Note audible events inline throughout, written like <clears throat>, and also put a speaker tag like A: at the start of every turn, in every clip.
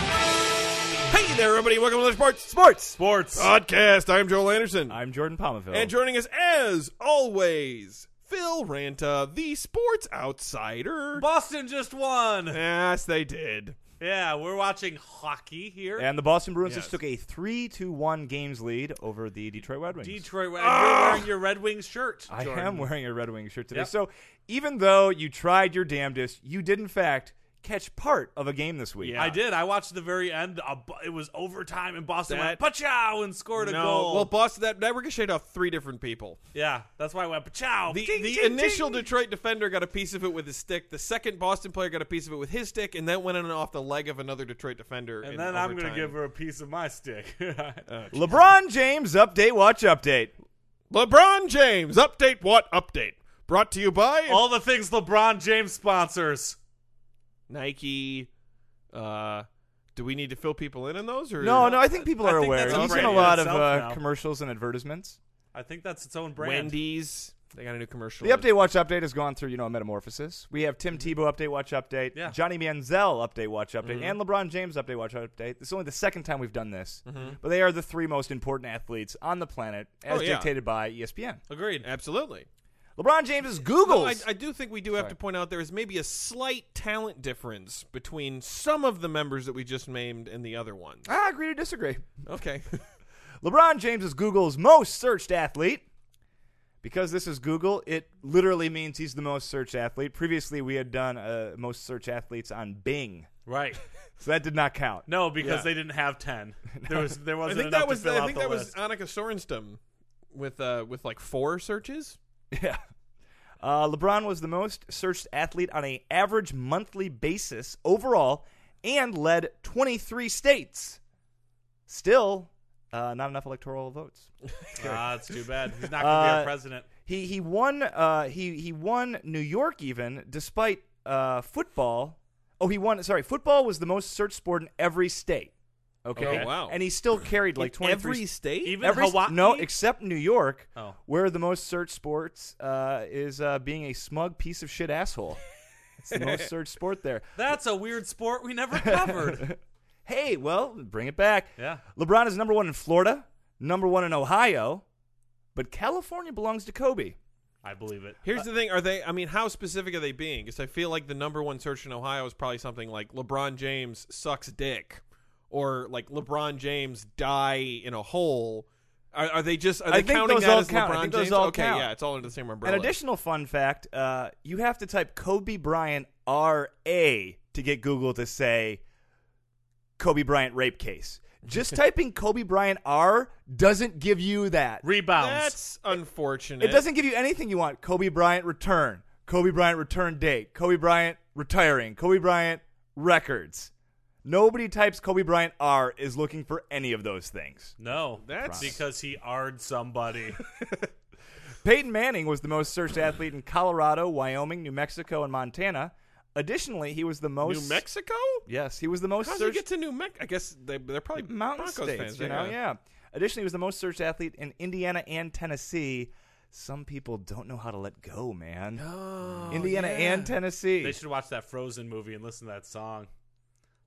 A: Hey there, everybody. Welcome to the Sports
B: Sports! Sports!
A: Podcast. I'm Joel Anderson.
B: I'm Jordan Palmaville.
A: and joining us, as always, Phil Ranta, the sports outsider.
C: Boston just won.
A: Yes, they did.
C: Yeah, we're watching hockey here.
B: And the Boston Bruins
A: Yes.
B: just took a 3 to 1 games lead over the Detroit Red Wings.
C: Detroit, Red- you're
A: Ah!
C: wearing your Red Wings shirt.
B: I
A: Jordan.
B: am wearing a Red Wing shirt today.
C: Yep.
B: So even though you tried your damnedest, you did in fact catch part of a game this week.
A: Yeah.
C: I did. I watched the very end. A bu- It was overtime, and Boston
A: That-
C: went pachow and scored a
A: no,
C: goal.
A: well, Boston that that ricocheted off three different people.
C: yeah, that's why I went pachow.
A: The,
C: Ding,
A: the
C: ding,
A: initial
C: ding.
A: Detroit defender got a piece of it with his stick. The second Boston player got a piece of it with his stick, and that went in and off the leg of another Detroit defender.
C: and
A: in
C: then I'm
A: overtime. Uh,
C: gonna give her a piece of my stick. <laughs>
B: LeBron James update watch update.
A: LeBron James update. What update? Brought to you by
C: All the things LeBron James sponsors.
A: Nike. Uh, do we need to fill people in on those? Or
B: No, no, I think people
C: I
B: are
C: think
B: aware.
C: that's
A: a
B: He's in
A: brand
B: a
A: in
B: lot of
C: itself
B: uh,
C: now.
B: commercials and advertisements.
C: I think that's its own brand.
A: Wendy's. They got a new commercial.
B: The update watch update has gone through, you know, a metamorphosis. We have Tim Tebow update watch update,
C: Yeah.
B: Johnny Manziel update watch update, and LeBron James update watch update. This is only the second time we've done this, but they are the three most important athletes on the planet, as
A: Oh, yeah.
B: dictated by E ESPN.
C: Agreed.
A: Absolutely.
B: LeBron James is Google.
A: No, I, I do think we do have to point out there is maybe a slight talent difference between some of the members that we just named and the other ones.
B: I agree to disagree.
C: <laughs>
A: Okay.
B: LeBron James is Google's most searched athlete. Because this is Google, it literally means he's the most searched athlete. Previously, we had done uh, most searched athletes on Bing,
C: Right.
B: so that did not count.
C: No, because
A: Yeah.
C: they didn't
A: <laughs>
C: have ten. There was there
A: I
C: wasn't
A: think
C: enough
A: that was
C: to fill
A: I
C: out
A: think
C: the
A: that was <laughs>
C: list.
A: Annika Sorenstam with uh with like four searches.
C: <laughs>
B: <laughs> Yeah. Uh, LeBron was the most searched athlete on a average monthly basis overall and led 23 states. Still, uh, not enough electoral votes.
C: Ah, it's too bad. He's not gonna be
B: Uh,
C: our president.
B: He he won uh, he he won New York even despite uh, football. Oh, he won sorry, football was the most searched sport in every state. Okay.
A: Oh, wow.
B: And he still carried like 23
A: Every state?
C: Even
B: every s-
C: Hawaii.
B: No, except New York,
C: Oh.
B: where the most searched sports uh, is uh, being a smug piece of shit
C: <laughs>
B: asshole. It's the most searched sport there.
C: That's a weird sport
A: <laughs>
C: we never <laughs> covered.
B: <laughs> Hey, well, bring it back.
C: Yeah.
B: LeBron is number one in Florida, number one in Ohio, but California belongs to Kobe.
C: I believe it.
A: Here's the thing: Are they? I mean, how specific are they being? Because I feel like the number one search in Ohio is probably something like LeBron James sucks dick, or like LeBron James die in a hole. Are, are they just? Are
B: I
A: they
B: think
A: counting
B: those
A: that
B: all
A: as
B: count. I
A: LeBron
B: think those
A: James?
B: all
A: okay,
B: count.
A: yeah, it's all under the same umbrella.
B: An additional fun fact uh, you have to type Kobe Bryant R.A. to get Google to say Kobe Bryant rape case. Just typing Kobe Bryant R doesn't give you that.
C: Rebounds.
A: That's unfortunate.
B: It doesn't give you anything you want. Kobe Bryant return. Kobe Bryant return date. Kobe Bryant retiring. Kobe Bryant records. Nobody types Kobe Bryant R is looking for any of those things.
C: no.
A: That's-
C: because he r'd somebody.
B: Peyton Manning was the most searched athlete in Colorado, Wyoming, New Mexico, and Montana. Additionally, he was the most
A: New Mexico.
B: Yes, he was the most
A: How do you
B: searched
A: get to New Mexico? I guess they, they're probably
B: mountain
A: Broncos
B: states,
A: fans.
B: you
A: yeah.
B: know, yeah. Additionally, he was the most searched athlete in Indiana and Tennessee. Some people don't know how to let go, man.
A: Oh,
B: Indiana and Tennessee.
C: they should watch that Frozen movie and listen to that song.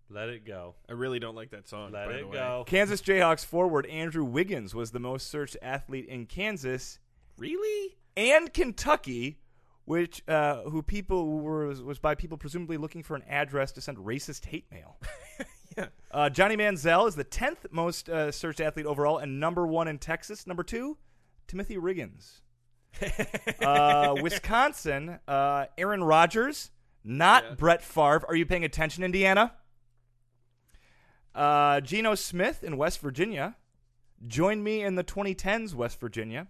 C: Let it go.
A: I really don't like that song.
C: Let
A: by the
C: it
A: way.
C: go.
B: Kansas Jayhawks forward Andrew Wiggins was the most searched athlete in Kansas
A: Really?
B: and Kentucky, which uh, who people were was by people presumably looking for an address to send racist hate mail. Uh, Johnny Manziel is the tenth most uh, searched athlete overall and number one in Texas. Number two, Timothy Riggins. uh, Wisconsin, uh, Aaron Rodgers, not
A: Yeah.
B: Brett Favre. Are you paying attention, Indiana? Uh, Geno
A: <laughs>
B: Smith in West Virginia. Join me in the 2010s, West Virginia.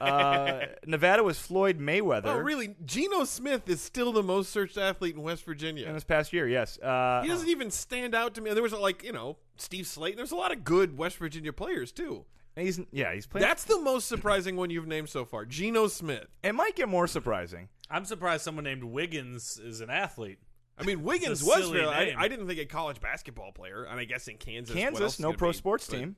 B: Uh, Nevada was Floyd Mayweather.
A: Oh, really? Geno Smith is still the most searched athlete in West
B: In
A: Virginia.
B: this past year, yes. Uh,
A: He doesn't even stand out to me. There was like you know Steve Slayton. There's a lot of good West Virginia players too.
B: he's yeah, he's playing.
A: That's the most surprising one you've named so far, Geno Smith.
B: It might get more surprising.
C: I'm surprised someone named Wiggins is
A: <laughs>
C: an athlete.
A: I mean, Wiggins
C: a
A: was
C: silly
A: real. I,
C: name.
A: I didn't think a college basketball player, and I guess in Kansas, what else
B: Kansas,
A: is
B: no
A: gonna
B: pro
A: be?
B: sports
A: But-
B: team.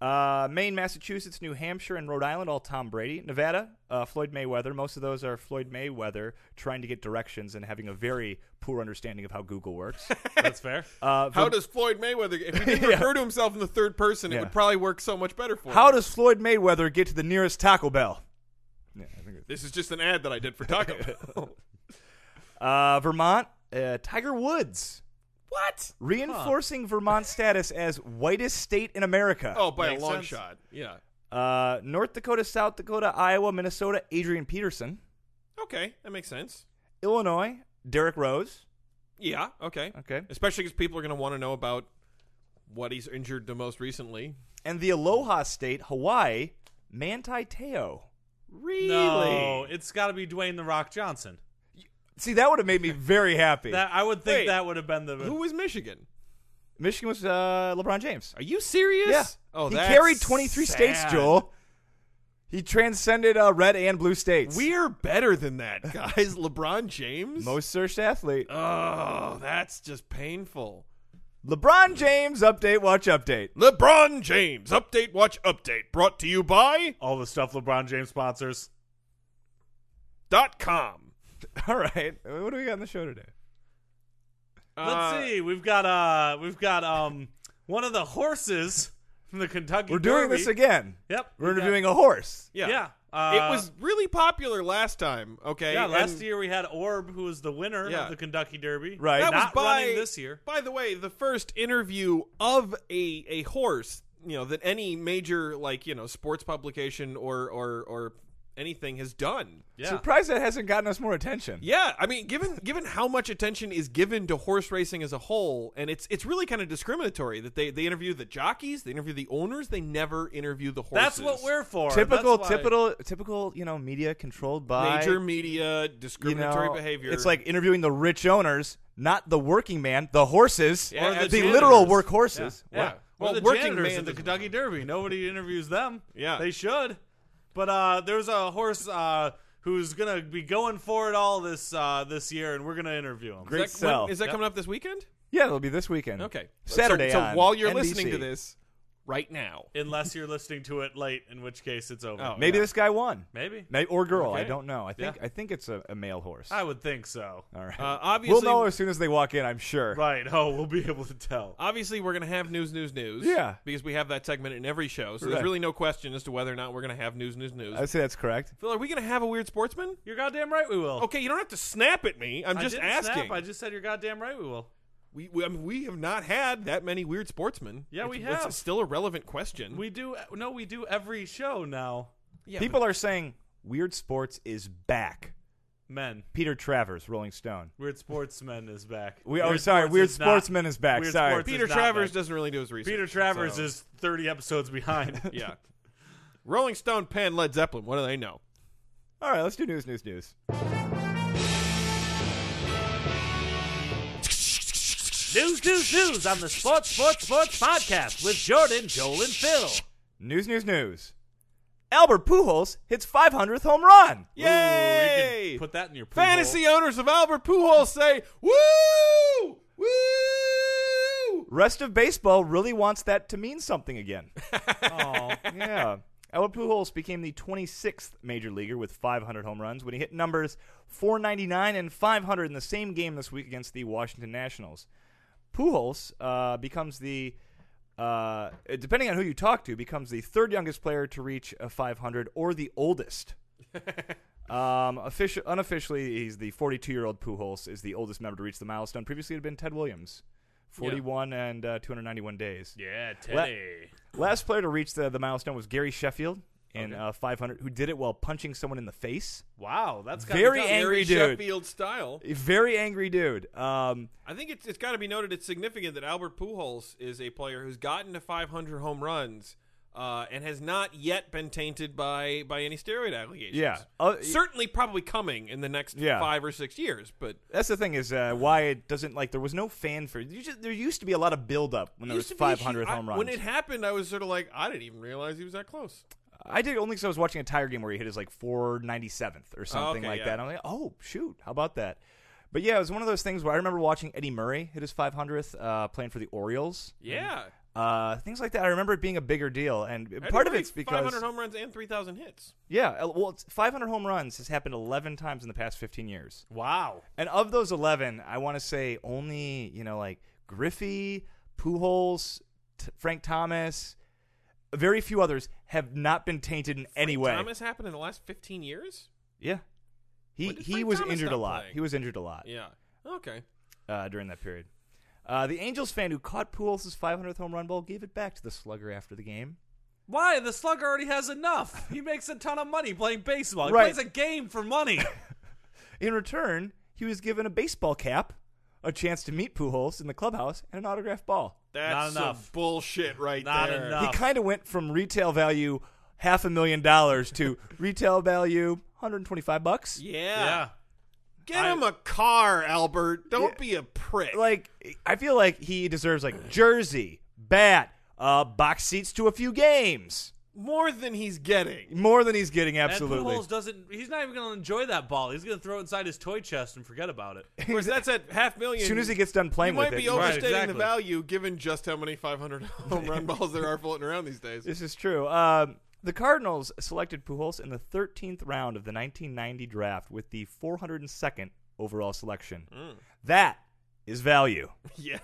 B: Uh, Maine, Massachusetts, New Hampshire, and Rhode Island all Tom Brady. Nevada, uh, Floyd Mayweather. Most of those are Floyd Mayweather trying to get directions and having a very poor understanding of how Google
A: <laughs>
B: works.
C: That's fair.
B: Uh,
A: How
B: Vir-
A: does Floyd Mayweather? If he didn't refer to himself in the third person, it
B: Yeah.
A: would probably work so much better for
B: how
A: him.
B: does Floyd Mayweather get to the nearest Taco Bell? Yeah, I think it-
A: This is just an ad that I did for Taco Bell. <laughs>
B: uh, Vermont, uh, Tiger Woods.
A: what?
B: reinforcing Vermont's status as whitest state in America.
A: Oh, by
C: Makes
A: a long
C: sense.
A: shot. Yeah.
B: Uh, North Dakota, South Dakota, Iowa, Minnesota, Adrian Peterson.
A: Okay, that makes sense.
B: Illinois, Derek Rose.
A: Yeah. Okay.
B: Okay.
A: Especially because people are going to want to know about what he's injured the most recently.
B: And the Aloha state, Hawaii, Manti Te'o.
A: Really?
C: No, it's got to be Dwayne the Rock Johnson.
B: See, that would have made
A: <laughs>
B: me very happy.
C: That I would think
A: Wait,
C: that would have been the
A: Who was Michigan?
B: Michigan was uh, LeBron James.
A: Are you serious?
B: Yeah.
A: Oh,
B: he
A: that's
B: carried 23 states,
A: sad.
B: Joel. He transcended uh, red and blue states.
A: We're better than that, guys. <laughs> LeBron James.
B: Most searched athlete.
A: Oh, that's just painful.
B: LeBron James update, watch update. <laughs>
A: LeBron James update, watch update, brought to you by
C: all the stuff LeBron James sponsors.
A: dot com.
B: All right. What do we got on the show today?
A: Uh,
C: Let's see. We've got uh we've got um one of the horses from the Kentucky
B: We're doing
C: Derby.
B: this again.
C: Yep.
B: We're
C: we got-
B: interviewing a horse.
A: Yeah.
C: Yeah.
A: it
C: uh,
A: was really popular last time. Okay.
C: Yeah, last
A: and
C: year we had Orb who was the winner
A: Yeah.
C: of the Kentucky Derby.
B: Right.
A: That
C: Not
A: was by
C: running this year.
A: By the way, the first interview of a a horse, you know, that any major like you know sports publication or or or anything has done.
C: Yeah.
B: Surprised that hasn't gotten us more attention.
A: Yeah, I mean, given given how much attention is given to horse racing as a whole, and it's it's really kind of discriminatory that they they interview the jockeys, they interview the owners, they never interview the horses.
C: That's what we're for.
B: Typical,
C: That's why-
B: typical, typical. You know, media controlled by
A: major media
B: you know,
A: discriminatory behavior.
B: It's like interviewing the rich owners, not the working man, the horses,
A: Yeah,
B: or the,
A: the
B: literal
A: janitors.
B: work horses.
C: Yeah.
A: Yeah.
C: Well,
A: Well,
C: the
A: working
C: janitors
A: man
C: at the
A: doesn't
C: Kentucky Derby. Nobody interviews them.
A: Yeah.
C: They should. But uh, there's a horse uh, who's going to be going for it all this uh, this year, and we're going to interview him.
B: Great
A: Is that, when-
B: sell.
A: is that
C: Yep.
A: coming up this weekend?
B: Yeah, it'll be this weekend.
A: Okay,
B: Saturday.
A: So, so
B: on
A: while you're
B: NBC.
A: listening to this, right now,
C: Unless you're listening to it late, in which case it's over.
A: Oh.
B: maybe
A: Yeah.
B: this guy won,
C: Maybe.
B: May- or girl. I
A: Okay.
B: don't know. I think
A: Yeah.
B: I think it's a, a male horse.
C: I would think so.
B: All right.
A: uh, obviously,
B: we'll know as soon as they walk in. I'm sure.
C: Right. Oh, we'll be able to tell.
A: obviously we're going to have news, news, news.
B: Yeah.
A: because we have that segment in every show, so
B: Right.
A: there's really no question as to whether or not we're going to have news, news, news.
B: I'd say that's correct.
A: Phil, are we going to have a weird sportsman?
C: You're goddamn right we will.
A: Okay, you don't have to snap at me. I'm
C: I
A: just
C: didn't
A: asking.
C: Snap. I just said you're goddamn right we will.
A: We, we, I mean, we have not had that many weird sportsmen.
C: Yeah, we
A: it's-
C: have.
A: It's still a relevant question.
C: We do. No, we do every show now.
A: yeah,
B: People are saying weird sports is back.
C: Men.
B: Peter Travers, Rolling Stone.
C: Weird Sportsmen is back.
B: We- oh, sorry, Weird
C: is not-
B: Sportsman is back,
C: Weird
B: sorry.
A: but
C: Sports
A: Peter
C: is not
A: Travers
C: back.
A: doesn't really do his research.
C: Peter Travers
A: so-
C: is 30 episodes behind.
A: yeah. Rolling Stone, Pan, Led Zeppelin. What do they know?
B: All right, let's do news, news, news.
C: news, news, news on the Sports, Sports, Sports podcast with Jordan, Joel, and Phil.
B: News, news, news. Albert Pujols hits 500th home run.
C: Ooh, you
A: Yay!
C: can put that in your poo
A: Fantasy
C: hole.
A: owners of Albert Pujols say, "Woo! Woo!"
B: Rest of baseball really wants that to mean something again. <laughs> yeah. Albert Pujols became the 26th major leaguer with 500 home runs when he hit numbers 499 and 500 in the same game this week against the Washington Nationals. Pujols uh, becomes the, uh, depending on who you talk to, becomes the third youngest player to reach a 500 or the oldest. um, offici- unofficially, he's the 42-year-old Pujols is the oldest member to reach the milestone. Previously, it had been Ted Williams, 41 and uh, 291 days.
C: Yeah, Teddy.
B: Last player to reach the, the milestone was Gary Sheffield in uh, 500, who did it while punching someone in the face.
C: Wow, that's gotta
B: Very
C: be tough.
B: angry
A: Gary
B: dude.
A: Sheffield style.
B: A very angry dude. Um,
A: I think it's, it's got to be noted. It's significant that Albert Pujols is a player who's gotten to 500 home runs uh, and has not yet been tainted by by any steroid allegations.
B: Yeah. Uh,
A: certainly, probably coming in the next
B: Yeah.
A: five or six years. But
B: That's the thing is uh, why it doesn't like there was no fanfare. You just, there used to be a lot of build up when there was
A: Used to be a
B: 500
A: huge- I-
B: home runs.
A: When it happened, I was sort of like, I didn't even realize he was that close.
B: I did only because I was watching a Tiger game where he hit his like 497th or something
A: okay,
B: like
A: yeah.
B: that. I'm like, oh shoot, how about that? But yeah, it was one of those things where I remember watching Eddie Murray hit his 500th uh, playing for the Orioles.
A: Yeah,
B: Uh, things like that. I remember it being a bigger deal, and
A: Eddie
B: part of
A: Murray,
B: it's because
A: 500 home runs and 3,000 hits.
B: yeah, uh, well, it's 500 home runs has happened 11 times in the past 15 years.
C: Wow.
B: And of those 11, I want to say only, you know, like Griffey, Pujols, T- Frank Thomas, very few others have not been tainted in any way.
A: Thomas happened in the last 15 years.
B: Yeah. He
A: When did
B: he
A: Frank
B: was
A: Thomas
B: injured a
A: stop
B: lot.
A: playing?
B: He was injured a lot
A: Yeah. Okay.
B: uh, during that period. Uh, the Angels fan who caught Pujols' 500th home run ball gave it back to the slugger after the game.
C: Why? The slug already has enough. He makes a ton of money playing baseball. He
B: Right.
C: plays a game for money.
B: In return, he was given a baseball cap, a chance to meet Pujols in the clubhouse, and an autographed ball.
A: That's
C: Not
A: some
C: enough.
A: bullshit right
C: Not
A: there.
C: enough.
B: He kind of went from retail value half a million dollars
A: <laughs>
B: to retail value 125 bucks.
A: Yeah.
C: yeah.
A: Get
C: I-
A: him a car, Albert. Don't be a prick.
B: Like I feel like he deserves
A: <clears throat>
B: like jersey, bat, uh, box seats to a few games.
A: More than
B: <laughs>
A: he's getting.
B: More than he's getting
C: And
B: absolutely.
C: Pujols doesn't. He's not even going to enjoy that ball. He's going to throw it inside his toy chest and forget about it.
A: Of course, that's at half million.
B: As soon as he gets done
A: you
B: playing
A: might
B: with
A: be
B: it,
C: Right,
A: overstating
C: exactly.
A: the value given just how many
B: <laughs>
A: 500 home run balls there are floating around these days.
B: This is true. Um, the Cardinals selected Pujols in the 13th round of the 1990 draft with the 402nd overall selection.
A: Mm.
B: That is value.
A: Yeah.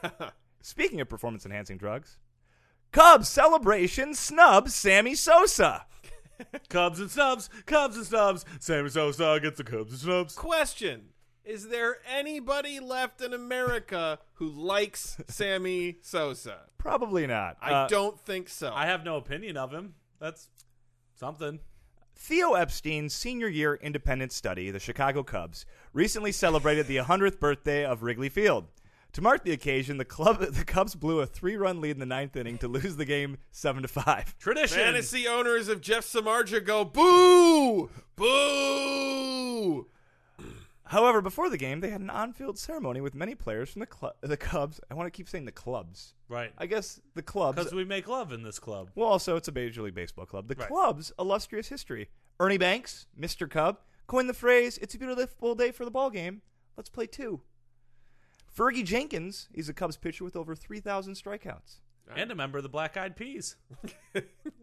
B: Speaking of performance enhancing drugs, Cubs celebration snub Sammy Sosa.
C: Cubs and snubs. Cubs and snubs. Sammy Sosa gets the Cubs and
A: <laughs>
C: snubs.
A: Question Is there anybody left in America who likes Sammy Sosa?
B: Probably not.
A: I
B: Uh,
A: don't think so.
C: I have no opinion of him. That's something.
B: Theo Epstein's senior year independent study, the Chicago Cubs, recently celebrated the 100th birthday of Wrigley Field. To mark the occasion, the club <laughs> the Cubs blew a three-run lead in the ninth inning to lose the game seven to five.
C: Tradition.
A: Fantasy owners of Jeff Samarja go boo, boo.
B: However, before the game, they had an on-field ceremony with many players from the cl- the Cubs. I want to keep saying the clubs.
C: Right.
B: I guess the clubs.
C: Because we make love in this club.
B: Well, also it's a Major League Baseball club. The
C: Right.
B: club's illustrious history. Ernie Banks, Mr. Cub, coined the phrase "It's a beautiful day for the ball game. Let's play two. Fergie Jenkins is a Cubs pitcher with over 3,000 strikeouts.
C: And a member of the Black Eyed Peas.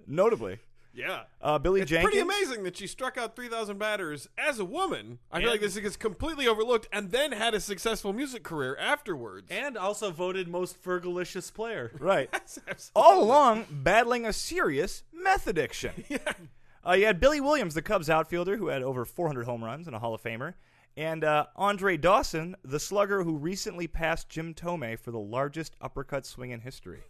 B: Notably,
A: Yeah.
B: uh, Billy
A: It's
B: Jenkins.
A: pretty amazing that she struck out 3,000 batters as a woman. I feel like this gets completely overlooked and then had a successful music career afterwards.
C: And also voted most fergalicious player.
B: Right.
A: Absolutely.
B: All along, battling a serious meth addiction. Uh, you had Billy Williams, the Cubs outfielder, who had over 400 home runs and a Hall of Famer, and uh, Andre Dawson, the slugger who recently passed Jim Tomei for the largest uppercut swing in history.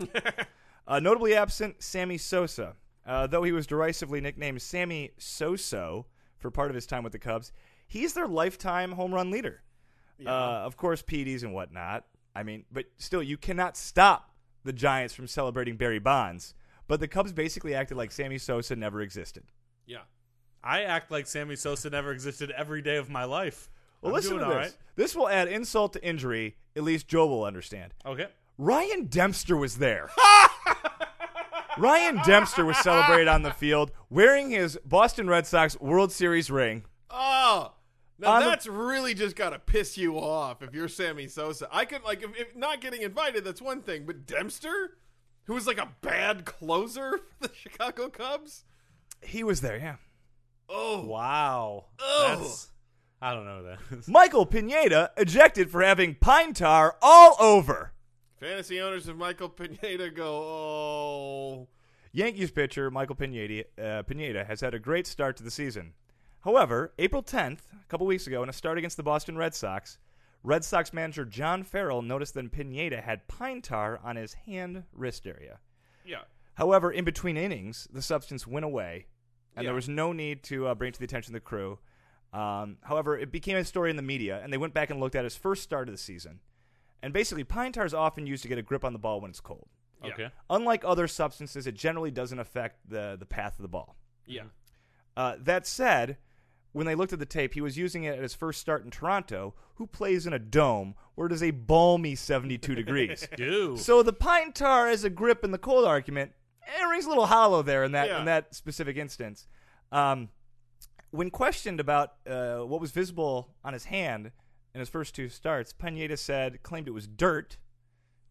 B: uh, notably absent, Sammy Sosa. Uh, though he was derisively nicknamed Sammy Soso for part of his time with the Cubs, he's their lifetime home run leader. Uh, of course, PDs and whatnot. I mean, but still, you cannot stop the Giants from celebrating Barry Bonds. But the Cubs basically acted like Sammy Sosa never existed.
A: Yeah.
C: I act like Sammy Sosa never existed every day of my life.
B: Well,
C: I'm
B: listen
C: doing
B: to this.
C: all right.
B: This will add insult to injury. At least Joe will understand.
C: Okay.
B: Ryan Dempster was
C: <laughs>
B: there. Ryan Dempster was celebrated on the field wearing his Boston Red Sox World Series ring.
A: Oh. Now
B: On the-
A: that's really just gotta piss you off if you're Sammy Sosa. I could like if, if not getting invited, that's one thing, but Dempster, who was like a bad closer <laughs> for the Chicago Cubs.
B: He was there, yeah.
A: Oh,
C: Wow.
A: Ugh.
C: That's, I don't know that. <laughs>
B: Michael Pineda ejected for having pine tar all over.
A: Fantasy owners of Michael Pineda go, oh.
B: Yankees pitcher Michael Pineda, uh, Pineda has had a great start to the season. However, April 10th, a couple weeks ago, in a start against the Boston Red Sox, Red Sox manager John Farrell noticed that Pineda had pine tar on his hand wrist area.
A: Yeah.
B: However, in between innings, the substance went away, and
A: Yeah.
B: there was no need to uh, bring it to the attention of the crew. Um, however, it became a story in the media, and they went back and looked at his first start of the season. And basically, pine tar is often used to get a grip on the ball when it's cold.
A: Yeah.
C: Okay.
B: Unlike other substances, it generally doesn't affect the, the path of the ball.
A: Yeah.
C: Mm-hmm.
B: Uh, that said, when they looked at the tape, he was using it at his first start in Toronto, who plays in a dome where it is a balmy 72 degrees.
C: Ew.
B: So the pine tar as a grip in the cold argument, it rings a little hollow there in that
A: Yeah.
B: in that specific instance. Um, when questioned about uh, what was visible on his hand in his first two starts, Pineda said claimed it was dirt,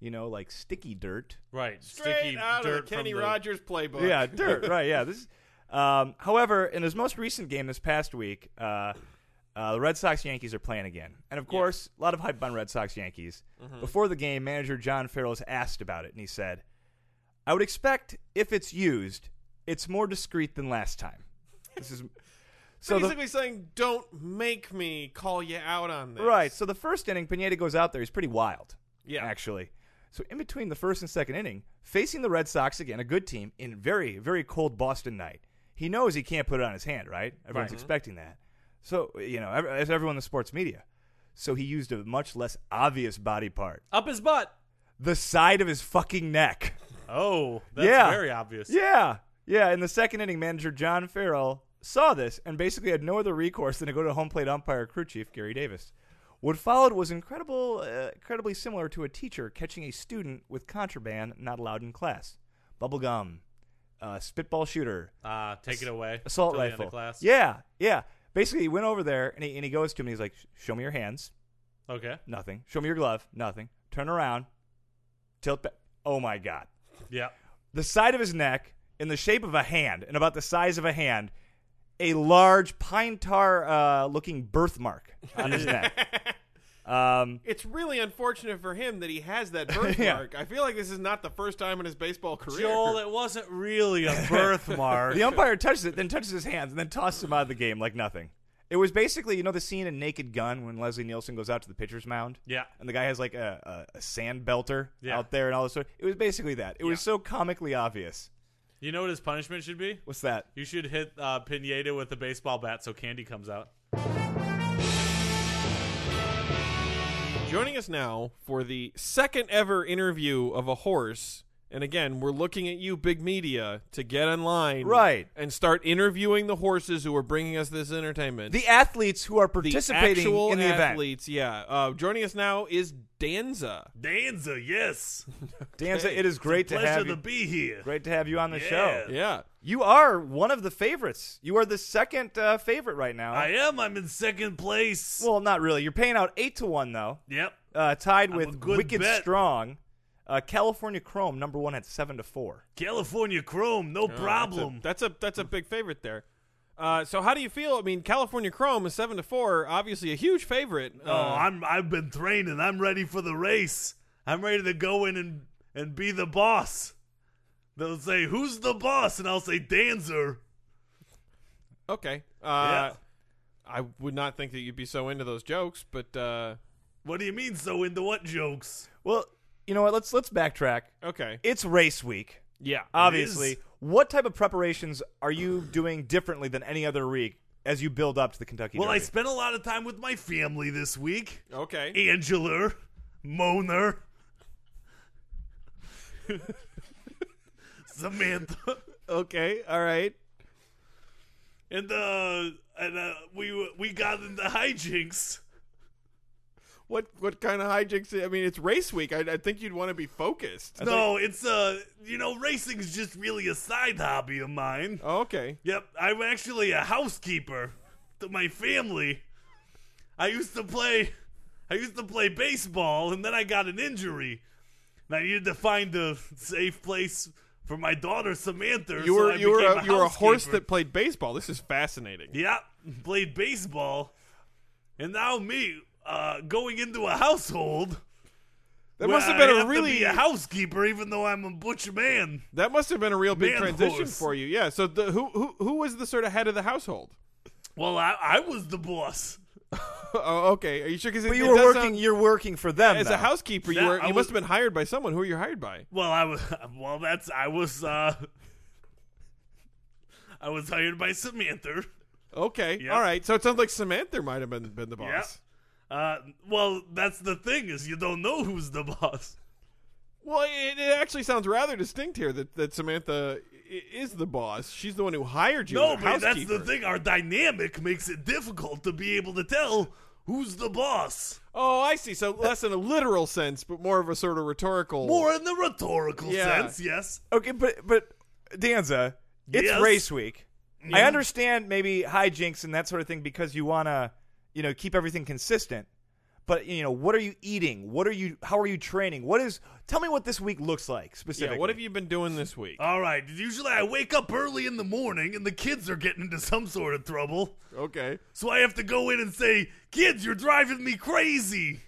B: you know, like sticky dirt.
C: right.
A: Straight
C: Sticky
A: out of
C: dirt
A: the Kenny
C: from the-
A: Rogers playbook.
B: Yeah, dirt. right. Yeah. This. Um, however, in his most recent game this past week, uh, uh, the Red Sox Yankees are playing again, and of course, a lot of hype on Red Sox Yankees. Before the game, manager John Farrell was asked about it, and he said, "I would expect if it's used, it's more discreet than last time." This is so the-
A: Basically saying, don't make me call you out on this.
B: Right. So the first inning, Pineda goes out there. He's pretty wild.
A: Yeah.
B: Actually. So in between the first and second inning, facing the Red Sox again, a good team in very, very cold Boston night. He knows he can't put it on his hand, right? Everyone's expecting that. So, you know, ev- as everyone in the sports media. So he used a much less obvious body part
C: Up his butt.
B: the side of his fucking neck.
C: Oh, that's
B: Yeah.
C: very obvious.
B: Yeah. Yeah. In the second inning, manager John Farrell saw this and basically had no other recourse than to go to home plate umpire crew chief Gary Davis. What followed was incredible, uh, incredibly similar to a teacher catching a student with contraband not allowed in class. Bubblegum, uh, spitball shooter,
C: Uh, take it away.
B: assault
C: till the end of
B: rifle.
C: class.
B: Yeah, yeah. Basically, he went over there and he, and he goes to him and he's like, Show me your hands.
C: Okay.
B: Nothing. Show me your glove. Nothing. Turn around. Tilt back. Oh my God
C: Yeah.
B: the side of his neck in the shape of a hand and about the size of a hand a large pine tar uh, looking birthmark on his neck
C: <laughs>
B: um,
A: It's really unfortunate for him that he has
B: <laughs>
A: that birthmark. I feel like this is not the first time in his baseball career.
C: Joel, it wasn't really a
B: <laughs>
C: birthmark.
B: the umpire touches it then touches his hands and then tosses him out of the game like nothing it was basically you know the scene in naked gun when leslie nielsen goes out to the pitcher's mound
C: Yeah.
B: and the guy has like a, a, a sand belter
C: Yeah.
B: out there and all this sort it was basically that it was so comically obvious
C: You know what his punishment should be?
B: what's that
C: You should hit uh, Pineda with a baseball bat so candy comes out.
A: Joining us now for the second ever interview of a horse. And again, we're looking at you, big media, to get online
B: Right.
A: and start interviewing the horses who are bringing us this entertainment.
B: the athletes who are participating
A: actual
B: in the event
A: athletes, yeah. Uh, joining us now is Danza.
C: Danza, yes.
B: danza it is great to have you
C: be here.
B: great to have you on the
C: Yeah.
B: show
A: Yeah.
B: You are one of the favorites. You are the second uh, favorite right now.
C: am. I'm in second place.
B: well, not really. You're paying out eight to one though,
C: yep.
B: uh, tied
C: I'm a
B: with
C: good
B: Wicked
C: bet.
B: Strong, uh, California Chrome number one at seven to four.
C: California Chrome,
B: Oh,
C: no
A: That's a, that's a that's a big favorite there. Uh, so how do you feel? I mean, California Chrome is seven to four, obviously a huge favorite. Uh,
C: Oh, I'm. I've been training. I'm ready for the race. I'm ready to go in and and be the boss. They'll say, "Who's the boss?" And I'll say, "Danzer."
A: okay. Uh,
C: Yeah.
A: I would not think that you'd be so into those jokes, but uh,
C: What do you mean? So into what jokes?
B: Well, you know what? Let's let's backtrack.
A: okay.
B: It's race week,
A: Yeah.
B: obviously. What type of preparations are you doing differently than any other week as you build up to the Kentucky
C: Well, I
B: Derby?
C: spent a lot of time with my family this week.
A: okay.
C: Angela, Moner, <laughs> Samantha,
A: Okay. All right.
C: and uh, and uh, we we got into hijinks.
A: What what kind of hijinks? I mean, it's race week. I, I think you'd want to be focused.
C: No, it's uh, you know, racing's just really a side hobby of mine.
A: Oh, okay.
C: Yep, I'm actually a housekeeper to my family. I used to play I used to play baseball and then I got an injury. And I needed to find a safe place for my daughter Samantha.
A: You
C: so
A: were
C: I
A: you were
C: became
A: a, you were a horse
C: housekeeper.
A: that played baseball. This is fascinating.
C: Yep, played baseball. And now me uh, going into a household.
A: That
C: where
A: must have
C: I
A: been a
C: to be
A: really
C: a housekeeper even though I'm a butch man.
A: That must have been a real big
C: Man
A: transition
C: horse.
A: for you. Yeah. So the, who who who was the sort of head of the household? <laughs>
C: Well, I, I was the boss.
A: oh, okay. Are you sure? Because
B: but you were working. you're working for them
A: as
B: though.
A: a housekeeper. You
C: Yeah,
A: were
C: I
A: you must
C: was-
A: have been hired by someone. Who were you hired by?
C: Well, I was. <laughs> Well, that's. I was. uh I was hired by Samantha.
A: Okay.
C: Yep.
A: All right. So it sounds like Samantha might have been been the boss.
C: Yep. Uh, well, that's the thing is you don't know who's the boss.
A: Well, it, it actually sounds rather distinct here that, that Samantha i- is the boss. She's the one who hired you. as
C: No,
A: a
C: but that's the
A: housekeeper.
C: thing. Our dynamic makes it difficult to be able to tell who's the boss.
A: Oh, I see. So less in a literal sense, but more of a sort of rhetorical.
C: More in the rhetorical
A: Yeah.
C: sense, yes.
B: Okay, but but Danza, it's
C: Yes.
B: race week. I understand maybe hijinks and that sort of thing because you want to, you know, keep everything consistent. But you know, what are you eating? What are you? How are you training? What is? Tell me what this week looks like specifically.
A: Yeah. What have you been doing this week?
C: All right. Usually I wake up early in the morning and the kids are getting into some sort of trouble.
A: okay.
C: So I have to go in and say, Kids, you're driving me crazy.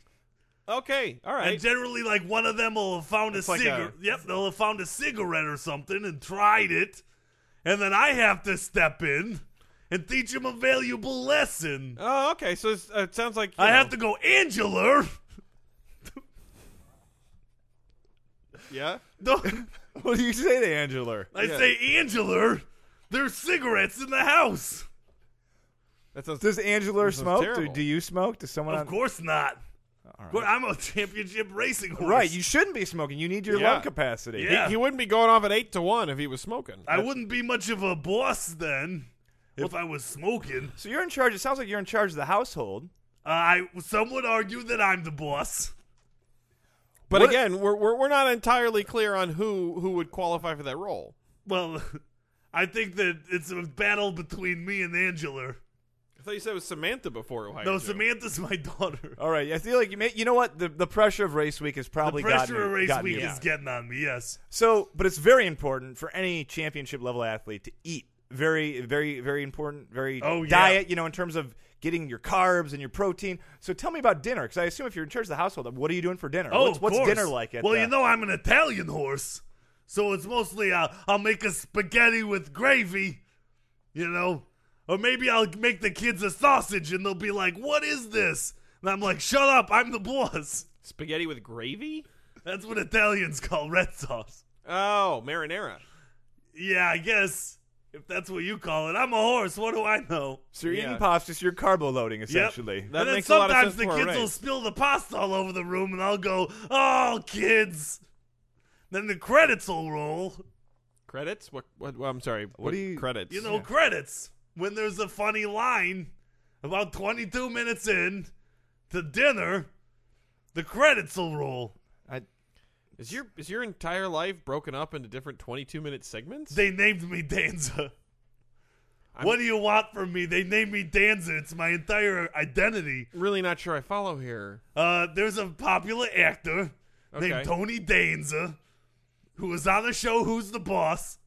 A: Okay. All
C: And
A: right.
C: generally, like, one of them will have found a
A: like
C: cigarette.
A: a-
C: Yep, they'll have found a cigarette or something and tried it. And then I have to step in and teach them a valuable lesson.
A: oh, okay. So it's, uh, it sounds like you
C: I have
A: know-
C: to go, Angela! <laughs>
A: Yeah.
C: Don't-
B: <laughs> What do you say to Angela?
C: I
A: Yeah.
C: say, Angela, there's cigarettes in the house.
A: That sounds.
B: Does Angela
A: sounds
B: smoke? Do,
A: terrible.
B: do you smoke? Does someone?
C: Of
B: on-
C: course not.
B: All
C: Well, I'm a championship racing horse.
B: Right, you shouldn't be smoking. You need your
A: Yeah.
B: lung capacity.
C: Yeah.
A: he wouldn't be going off at eight to one if he was smoking.
C: I wouldn't be much of a boss then if, I was smoking.
B: So you're in charge. It sounds like you're in charge of the household.
C: Uh, I some would argue that I'm the boss.
A: But
B: What-
A: again, we're, we're we're not entirely clear on who who would qualify for that role.
C: Well, <laughs> I think that it's a battle between me and Angela.
A: I thought you said it was Samantha before. Who hired
C: No,
A: you.
C: Samantha's my daughter.
B: All right, I feel like you may. You know what? The the pressure of race week has
C: The
B: probably
C: pressure
B: gotten
C: of race
B: gotten
C: week
B: you.
C: is getting on me. Yes.
B: So, but it's very important for any championship level athlete to eat. Very, very, very important. Very
C: Oh, yeah.
B: diet, you know, in terms of getting your carbs and your protein. So tell me about dinner, because I assume if you're in charge of the household, what are you doing for dinner?
C: Oh,
B: what's,
C: of
B: what's
C: course.
B: dinner like? At
C: well,
B: the-
C: you know I'm an Italian horse, so it's mostly uh, I'll make a spaghetti with gravy, you know, or maybe I'll make the kids a sausage and they'll be like, "What is this?" And I'm like, "Shut up! I'm the boss." <laughs>
A: Spaghetti with gravy?
C: That's what Italians call red sauce.
A: Oh, marinara.
C: Yeah, I guess if that's what you call it. I'm a horse. What do I know?
B: so you're
A: Yeah.
B: eating pasta, so you're carbo loading essentially.
A: That
C: and then
A: makes a lot of
C: sometimes
A: sense
C: the
A: for a
C: kids will
A: race.
C: spill the pasta all over the room, and I'll go, "Oh, kids!" Then the credits will roll.
A: Credits? What? What? well, I'm sorry. What,
B: do you-
A: credits?
C: You know, credits when there's a funny line about 22 minutes in to dinner, the credits will roll.
B: I,
A: is your is your entire life broken up into different 22 minute segments?
C: They named me Danza.
A: I'm-
C: what do you want from me? They named me Danza. It's my entire identity.
A: really not sure I follow here.
C: Uh, there's a popular actor
A: Okay.
C: named Tony Danza who was on the show Who's the Boss,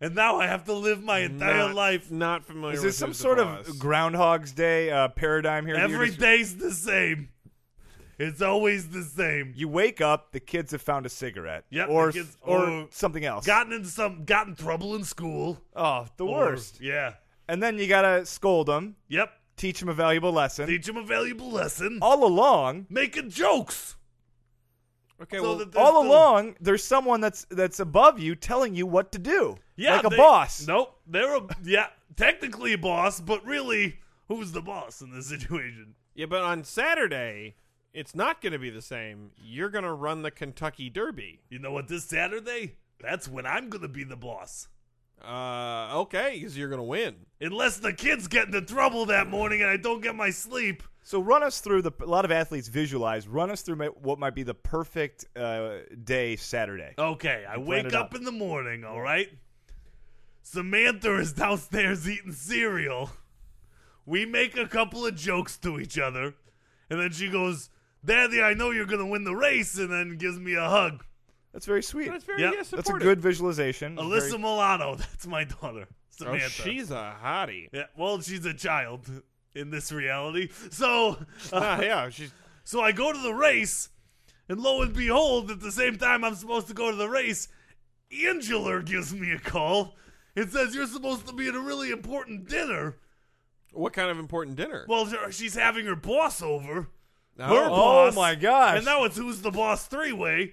C: and now I have to live my entire
A: Not-
C: life.
A: Not familiar.
B: is
A: with
B: this some
A: Who's the
B: sort
A: Boss.
B: of Groundhog's Day uh, paradigm here? that you're
C: Every
B: just-
C: day's the same. It's always the same.
B: you wake up, the kids have found a cigarette,
C: Yep, the
B: or
C: kids-
B: or
C: or
B: something else.
C: gotten into some got in trouble in school.
B: oh, the
C: Or-
B: worst.
C: yeah.
B: And then you gotta scold them,
C: Yep.
B: teach them a valuable lesson.
C: Teach him a valuable lesson.
B: <laughs> all along,
C: Making jokes.
A: Okay,
C: So
A: well,
C: that there's
B: all
C: no-
B: along there's someone that's that's above you telling you what to do
C: Yeah,
B: like a
C: they-
B: boss
C: Nope. They're a yeah, technically a boss, but really, who's the boss in this <laughs> situation?
A: yeah, but on Saturday it's not going to be the same. You're going to run the Kentucky Derby.
C: You know what? This Saturday, that's when I'm gonna be the boss.
A: Uh, okay, because you're going to win.
C: Unless the kids get into trouble that morning and I don't get my sleep.
B: so run us through the a lot of athletes visualize run us through ma- what might be the perfect uh, day saturday
A: Oh.
C: Okay, I
B: plan
C: wake
B: it
C: up
B: out.
C: in the morning, all right? Samantha is downstairs eating cereal. We make a couple of jokes to each other, and then she goes, Daddy, I know you're going to win the race, and then gives me a hug.
B: that's very sweet
A: That's very
C: Yep.
A: yeah,
B: That's a
A: supportive.
B: good visualization
C: Alyssa
B: Very-
C: Milano, <laughs> that's my daughter,
A: Oh,
C: Samantha.
A: she's a hottie.
C: <laughs> yeah, well, she's a child in this reality. So, uh,
A: Ah, yeah, she's
C: so I go to the race, and lo and behold, at the same time I'm supposed to go to the race, Angela gives me a call and says, You're supposed to be at a really important dinner.
A: what kind of important dinner?
C: Well, her- she's having her boss over.
A: Oh.
C: her
B: oh
C: boss.
B: my gosh
C: And now it's who's the boss three way.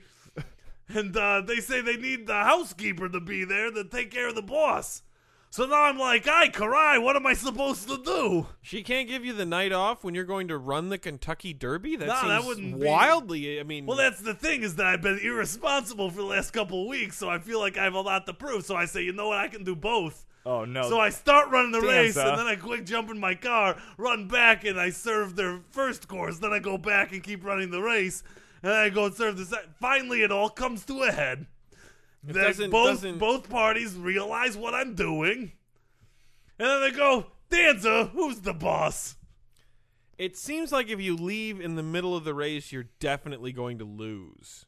C: And uh, they say they need the housekeeper to be there to take care of the boss. So now I'm like, "Hi, Karai, what am I supposed to do?"
A: She can't give you the night off when you're going to run the Kentucky Derby. That
C: No,
A: seems
C: that wouldn't be-
A: wildly. I mean,
C: Well, that's the thing is that I've been irresponsible for the last couple of weeks, so I feel like I have a lot to prove. So I say, you know what, I can do both.
B: Oh no.
C: So I start running the
B: Damn,
C: race,
B: sir.
C: and then I quick jump in my car, run back, and I serve their first course. Then I go back and keep running the race, and I go and serve the second. Finally, it all comes to a head. Then
A: doesn't-
C: both
A: doesn't-
C: both parties realize what I'm doing, and then they go, "Danza, who's the boss?"
A: it seems like if you leave in the middle of the race, you're definitely going to lose.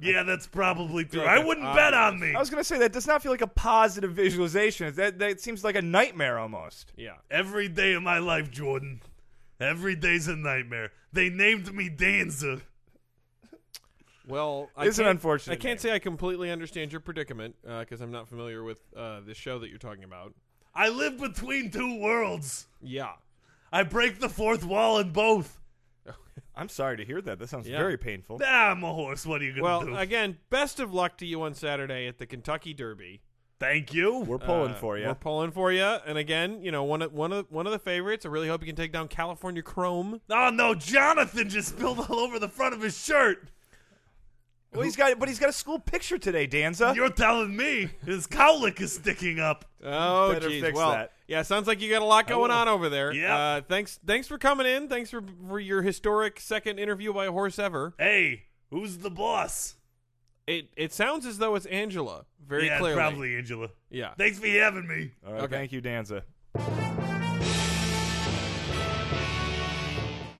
C: Yeah, that's probably true.
A: like "Ah,
C: I
A: that's
C: wouldn't bet
A: obvious.
C: on me.
B: I was gonna say that does not feel like a positive visualization. That that seems like a nightmare almost.
A: Yeah.
C: Every day of my life, Jordan. Every day's a nightmare. They named me Danza.
A: Well, I
B: It's an
A: can't-
B: unfortunate
A: I
B: name.
A: can't say I completely understand your predicament because I'm not familiar with uh, the show that you're talking about.
C: I live between two worlds.
A: Yeah.
C: I break the fourth wall in both.
B: I'm sorry to hear that. That sounds
A: Yeah.
B: very painful.
C: Ah, I'm a horse. What are you gonna
A: Well,
C: do? <laughs>
A: again, best of luck to you on Saturday at the Kentucky Derby.
C: Thank you.
B: We're pulling
A: Uh,
B: for you.
A: We're pulling for you. And again, you know, one of one of one of the favorites. I really hope you can take down California Chrome.
C: Oh no, Jonathan just spilled all over the front of his shirt.
B: well, he's got, but he's got a school picture today, Danza.
C: You're telling me his cowlick is sticking up.
A: Oh,
B: Better
A: geez.
B: fix
A: well,
B: that.
A: yeah. Sounds like you got a lot going
B: will.
A: on over there.
C: Yeah.
A: Uh, thanks. Thanks for coming in. Thanks for for your historic second interview by a horse ever.
C: Hey, who's the boss?
A: It it sounds as though it's Angela. Very
C: yeah,
A: clearly.
C: probably Angela.
A: Yeah.
C: Thanks for having me.
B: All right,
A: Okay.
B: thank you, Danza.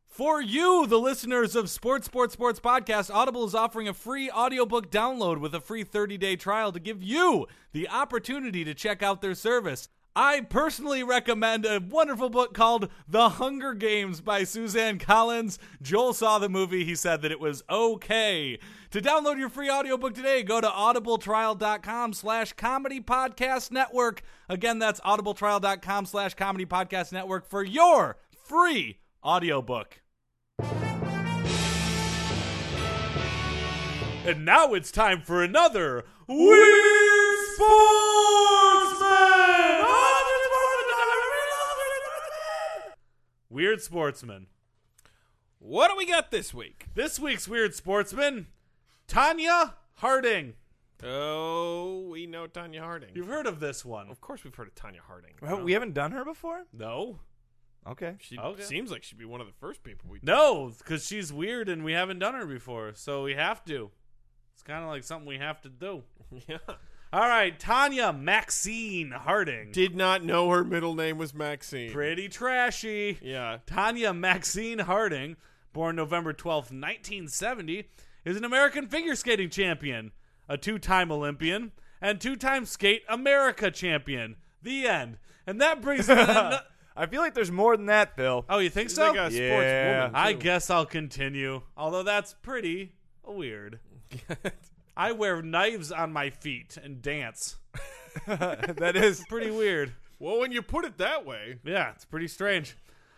D: For you, the listeners of Sports Sports Sports Podcast, Audible is offering a free audiobook download with a free 30-day trial to give you the opportunity to check out their service. I personally recommend a wonderful book called The Hunger Games by Suzanne Collins. Joel saw the movie, he said that it was okay. To download your free audiobook today, go to audibletrial.com slash comedy podcast network. Again, that's audibletrial.com slash comedy podcast network for your free audiobook.
C: And now it's time for another Weird Sportsman! Weird Sportsman.
A: What do we got this week?
C: This week's Weird Sportsman, Tanya Harding.
A: Oh, we know Tanya Harding.
C: You've heard of this one?
A: of course, we've heard of Tanya Harding.
B: Well, we haven't done her before.
C: No.
B: Okay.
A: She
C: Okay.
A: seems like she'd be one of the first people we.
C: No, because she's weird and we haven't done her before, so we have to. It's kind of like something we have to do.
A: <laughs> Yeah.
C: All right, Tanya Maxine Harding.
A: Did not know her middle name was Maxine.
C: Pretty trashy.
A: Yeah.
C: Tanya Maxine Harding, born November twelfth, 1970, is an American figure skating champion, a two time Olympian, and two time Skate America champion. The end. And that brings me
A: <laughs>
C: to the-
B: <laughs> I feel like there's more than that, Bill.
C: Oh, you think
A: She's
C: so?
A: like a
B: Yeah.
A: sportswoman.
C: I guess I'll continue. Although that's pretty
A: <laughs>
C: weird.
A: guess.
C: I wear knives on my feet and dance.
B: <laughs> that is
C: Pretty weird.
A: well, when you put it that way.
C: Yeah, it's pretty strange.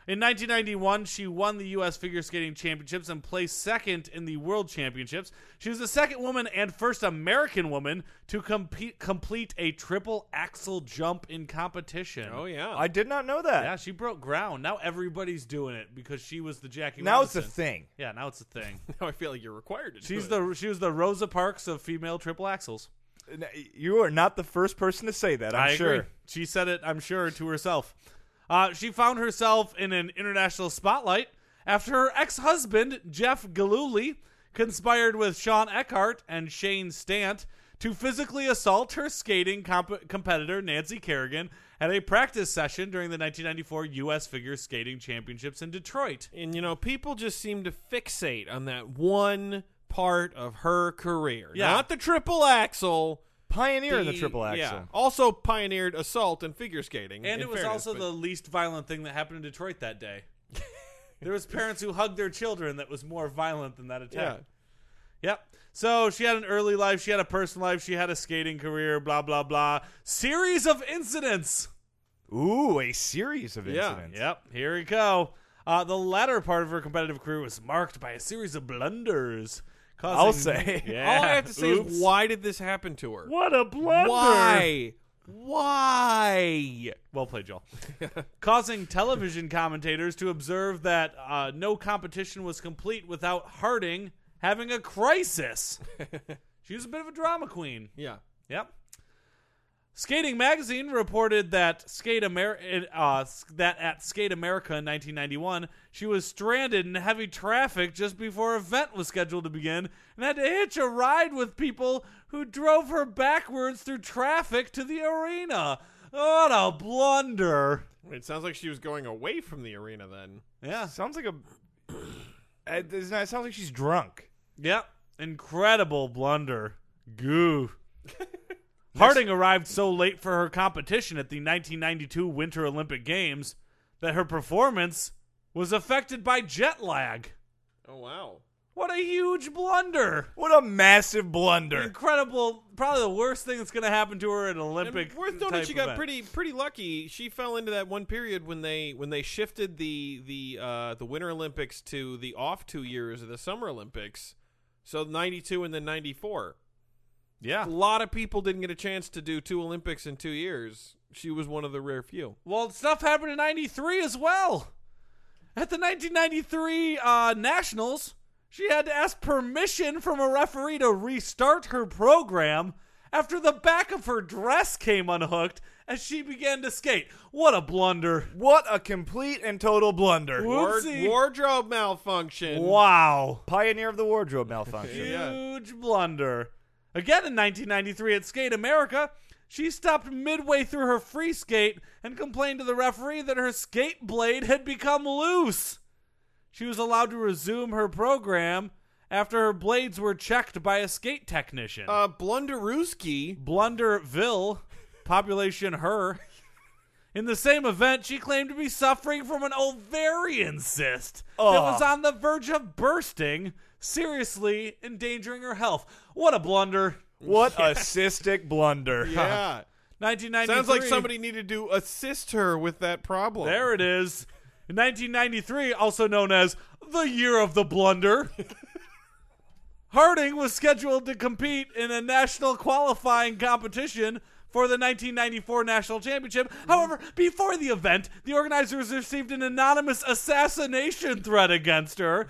C: In 1991, she won the U.S. Figure Skating Championships and placed second in the World Championships. She was the second woman and first American woman to compete, complete a triple axel jump in competition.
A: Oh yeah.
B: I did not know that.
C: Yeah, she broke ground. Now everybody's doing it because she was the Jackie
B: now it's a
C: Robinson.
B: thing.
C: Yeah, now it's a thing.
B: <laughs>
A: now I feel like you're required to. do
C: She's
A: it.
C: the she was the Rosa Parks of female triple axels.
B: N- You are not the first person to say that. I'm
C: I
B: sure.
C: Agree. She said it, I'm sure, to herself. Uh, she found herself in an international spotlight after her ex husband, Jeff Galooly, conspired with Sean Eckhart and Shane Stant to physically assault her skating comp- competitor, Nancy Kerrigan, at a practice session during the 1994 U.S. Figure Skating Championships in Detroit.
A: And you know, people just seem to fixate on that one part of her career.
C: Yeah.
A: Not the triple axel.
B: Pioneer in the
A: the-
B: triple
A: yeah.
B: axel.
A: Also pioneered assault and figure skating.
C: And
A: in
C: it was
A: fairness, but-
C: also the least violent thing that happened in Detroit that
A: <laughs>
C: day. there was parents who hugged their children that was more violent than that attack.
A: yeah.
C: Yep. So she had an early life, she had a personal life, she had a skating career, blah blah blah. Series of incidents.
B: Ooh, a series of
A: Yeah.
B: incidents.
C: Yep. Here we go. Uh, the latter part of her competitive career was marked by a series of blunders. Causing,
B: I'll say.
C: <laughs> Yeah.
A: All I have to say
C: Oops.
A: is, why did this happen to her?
C: What a blunder!
A: Why?
D: Why?
C: Well played, Joel. <laughs> Causing television commentators to observe that uh, no competition was complete without Harding having a crisis. she was a bit of a drama queen.
A: Yeah.
C: Yep. Skating Magazine reported that Skate Amer- uh, that at Skate America in 1991, she was stranded in heavy traffic just before event was scheduled to begin, and had to hitch a ride with people who drove her backwards through traffic to the arena. What a blunder!
A: It sounds like she was going away from the arena then.
C: Yeah.
B: Sounds like a. Uh, this- no, it sounds like she's drunk.
C: Yep. Incredible blunder.
A: <laughs>
C: Goo. Harding arrived so late for her competition at the 1992 Winter Olympic Games that her performance was affected by jet lag.
A: Oh wow.
C: What a huge blunder.
B: What a massive blunder.
C: Incredible. Probably the worst thing that's going to happen to her at an
A: And
C: Olympic.
A: worth noting,
C: type
A: she got
C: event.
A: pretty pretty lucky. She fell into that one period when they when they shifted the the uh, the Winter Olympics to the off two years of the Summer Olympics. So ninety two and then ninety four.
B: Yeah.
A: A lot of people didn't get a chance to do two Olympics in two years. She was one of the rare few.
C: Well, stuff happened in 93 as well. At the 1993 uh, Nationals, she had to ask permission from a referee to restart her program after the back of her dress came unhooked as she began to skate. What a blunder.
B: What a complete and total blunder.
A: Ward-
C: Whoopsie.
A: wardrobe malfunction.
C: Wow.
B: Pioneer of the wardrobe malfunction.
A: <laughs> Yeah.
C: Huge blunder. Again in 1993 at Skate America, she stopped midway through her free skate and complained to the referee that her skate blade had become loose. She was allowed to resume her program after her blades were checked by a skate technician.
A: Uh, Blunderooski.
C: Blunderville, population her. In the same event, she claimed to be suffering from an ovarian cyst that
B: Ugh.
C: was on the verge of bursting, seriously endangering her health. What a blunder.
B: What a cystic blunder.
A: Yeah.
C: 1993.
A: Sounds like somebody needed to assist her with that problem.
C: There it is. In 1993, also known as the Year of the Blunder, <laughs> Harding was scheduled to compete in a national qualifying competition for the 1994 National Championship. However, before the event, the organizers received an anonymous assassination threat against her,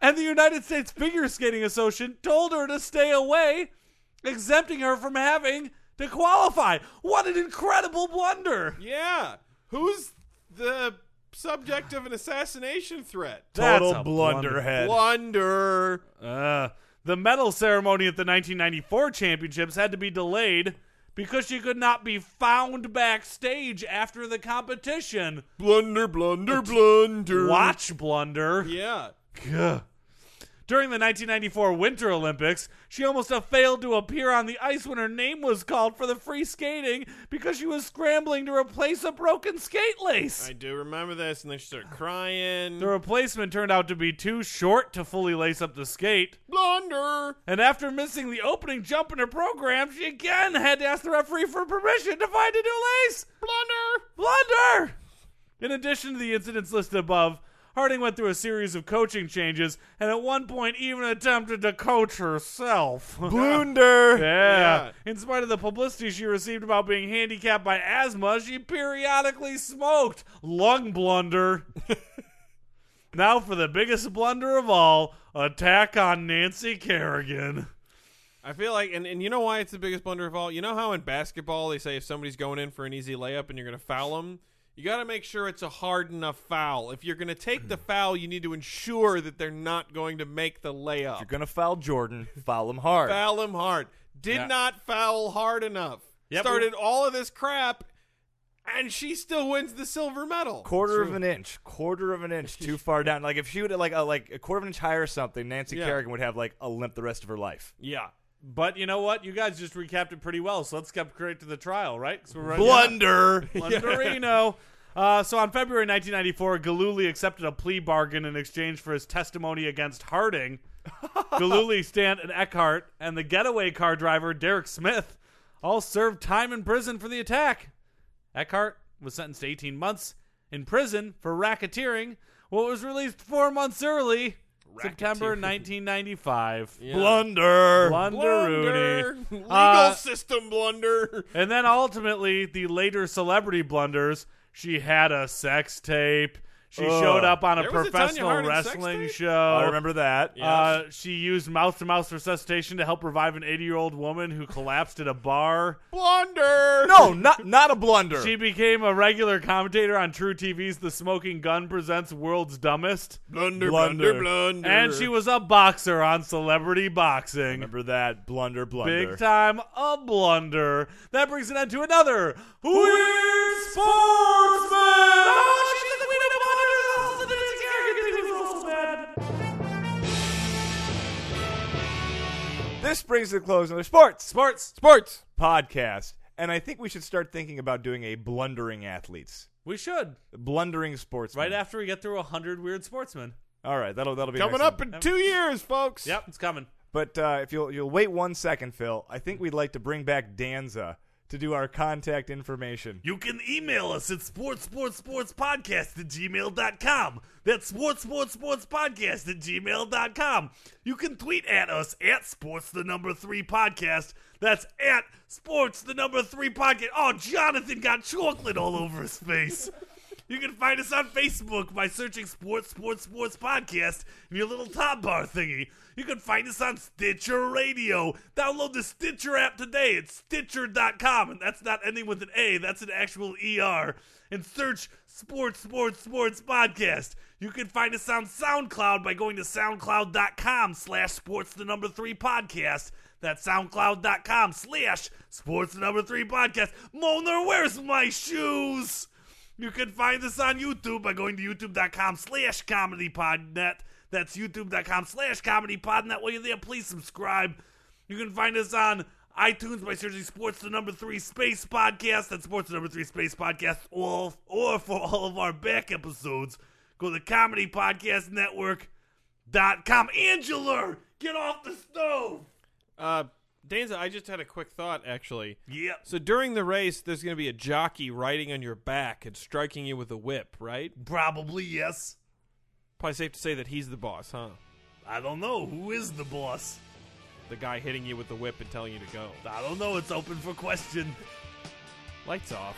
C: and the United States Figure Skating Association told her to stay away, exempting her from having to qualify. What an incredible blunder!
A: Yeah. Who's the subject of an assassination threat?
B: Total
C: That's a
B: blunderhead.
A: Blunder.
C: Uh, the medal ceremony at the 1994 championships had to be delayed because she could not be found backstage after the competition.
A: Blunder, blunder, blunder.
C: Watch blunder.
A: Yeah.
C: Gah. During the 1994 Winter Olympics, she almost uh, failed to appear on the ice when her name was called for the free skating because she was scrambling to replace a broken skate lace.
A: I do remember this, and then she started crying.
C: the replacement turned out to be too short to fully lace up the skate.
A: Blunder.
C: And after missing the opening jump in her program, she again had to ask the referee for permission to find a new lace.
A: Blunder.
C: Blunder! In addition to the incidents listed above, Harding went through a series of coaching changes and at one point even attempted to coach herself. <laughs>
B: Blunder.
C: Yeah.
A: Yeah.
C: In spite of the publicity she received about being handicapped by asthma, she periodically smoked. Lung
A: <laughs>
C: blunder. now for the biggest blunder of all attack on Nancy Kerrigan.
A: I feel like, and, and you know why it's the biggest blunder of all? You know how in basketball they say if somebody's going in for an easy layup and you're going to foul them, you got to make sure it's a hard enough foul. If you're going to take the foul, you need to ensure that they're not going to make the layup.
B: You're going to foul Jordan. Foul him hard.
A: Foul him hard. Did
C: Yeah.
A: not foul hard enough.
C: Yep.
A: Started all of this crap, and she still wins the silver medal.
B: quarter of an inch, quarter of an inch too far down. Like if she would like a, like a quarter of an inch higher or something, Nancy
A: Yeah.
B: Kerrigan would have like a limp the rest of her life.
C: Yeah. But you know what? You guys just recapped it pretty well, so let's get straight to the trial, right? 'Cause we're running out <laughs> of-
B: Blunder.
C: Blunderino. Uh, so on February 1994, Galuli accepted a plea bargain in exchange for his testimony against Harding. Galuli, Stant, and Eckhart, and the getaway car driver Derek Smith all served time in prison for the attack. Eckhart was sentenced to 18 months in prison for racketeering. What was released four months early
D: September 1995.
A: Yeah.
C: Blunder.
A: Blunder.
D: Blunderoony.
A: Legal
D: Uh,
A: system blunder.
D: And then ultimately, the later celebrity blunders. She had a sex tape. She
B: Ugh.
D: showed up on a
A: There was a Tonya
D: professional
A: Harding sex
D: wrestling
A: tape?
D: show.
B: I remember that.
A: Yeah.
D: Uh, she used mouth to mouth resuscitation to help revive an 80 year old woman who collapsed at a bar.
A: Blunder.
B: No, not not a blunder.
D: She became a regular commentator on True TV's The Smoking Gun Presents World's Dumbest.
A: Blunder,
B: Blunder.
A: blunder, blunder.
D: And she was a boxer on Celebrity Boxing.
B: remember that blunder blunder.
D: Big time, a blunder. That brings an end to another Weird Sportsman! Oh, she's the queen of blunders! Also, the Nancy Kerrigan thing was also bad.
B: This brings to the close another sports
D: Sports!
A: sports.
B: podcast, and I think we should start thinking about doing a blundering athletes,
D: We should,
B: blundering sports.
D: right after we get through 100 Weird Sportsmen.
B: All right, that'll that'll be
A: Coming
B: next
A: up
B: time.
A: in two years, folks.
D: Yep, it's coming.
B: But uh, if you'll you'll wait one second, Phil, I think we'd like to bring back Danza to do our contact information.
C: You can email us at sports sports sports podcast at gmail.com. That's sports sports sports podcast at gmail.com. You can tweet at us at sports the number three podcast. That's at sports the number three podcast. Oh, Jonathan got chocolate all over his face. You can find us on Facebook by searching Sports Sports Sports Podcast in your little top bar thingy. You can find us on Stitcher Radio. Download the Stitcher app today. It's Stitcher.com, and that's not ending with an A, that's an actual ER. And search Sports Sports Sports Podcast. You can find us on SoundCloud by going to SoundCloud.com slash sports the number three podcast. That's SoundCloud.com slash sports the number three podcast. Moner, where's my shoes? You can find us on YouTube by going to youtube.com slash comedypodnet. That's youtube.com slash comedypodnet. While you're there, please subscribe. You can find us on iTunes by searching Sports the Number Three Space Podcast. That's Sports the Number Three Space Podcast. Or, or for all of our back episodes, go to Comedy Podcast Network. Dot com. Angela, get off the stove.
A: Uh, Danza, I just had a quick thought, actually.
C: Yep.
A: So during the race, there's going to be a jockey riding on your back and striking you with a whip, right?
C: Probably yes.
A: Probably safe to say that he's the boss, huh?
C: I don't know. Who is the boss?
A: The guy hitting you with the whip and telling you to go.
C: I don't know. It's open for question.
A: Lights off.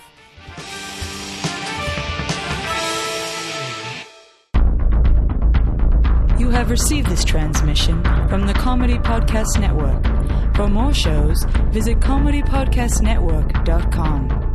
E: You have received this transmission from the Comedy Podcast Network. For more shows, visit comedypodcastnetwork.com.